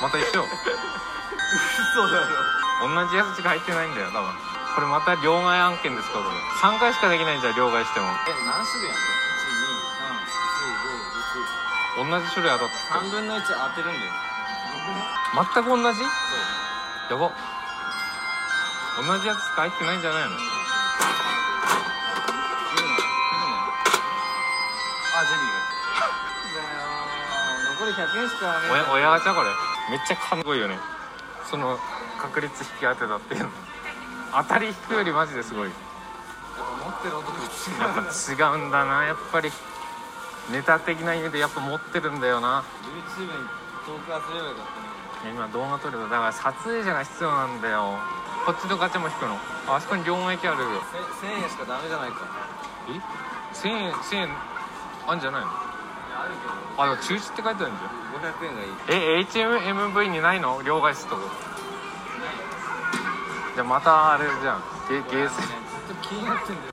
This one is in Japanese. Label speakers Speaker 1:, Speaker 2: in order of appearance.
Speaker 1: また一緒
Speaker 2: 嘘だよ
Speaker 1: 同じやつしか入ってないんだよ多分これまた両替案件ですかこれ3回しかできないんじゃん両替しても
Speaker 2: え何種類やんの
Speaker 1: 同じ種類当たった
Speaker 2: 1 2 3 4 5 6 3分の1当てるんだよ
Speaker 1: 全く同じ
Speaker 2: そう
Speaker 1: やば同じやつしか入ってないんじゃない
Speaker 2: い
Speaker 1: の
Speaker 2: いねいいねあゼリーがいるいやー残り100円しかねえ
Speaker 1: 親親ガチャこれめっちゃかんごいよねその確率引き当てたっていうの当たり引くよりマジですごいや
Speaker 2: 持ってる男と違
Speaker 1: っぱ
Speaker 2: う
Speaker 1: 違うんだなやっぱりネタ的な意味でやっぱ持ってるんだよな
Speaker 2: YouTube に投稿すればよかったね
Speaker 1: 今動画撮れただから撮影者が必要なんだよこっちのガチャも引くのああそこに両替機あるよ
Speaker 2: せ1000円しかダメじゃないか
Speaker 1: え1000円1000円あんじゃないの
Speaker 2: あるけど
Speaker 1: あでも中止って書いてあるんじゃん
Speaker 2: 500円がいい
Speaker 1: え HMMV にないの両替室とかじゃあまたあれじゃんゲゲーセン
Speaker 2: ずっと気になってんだよ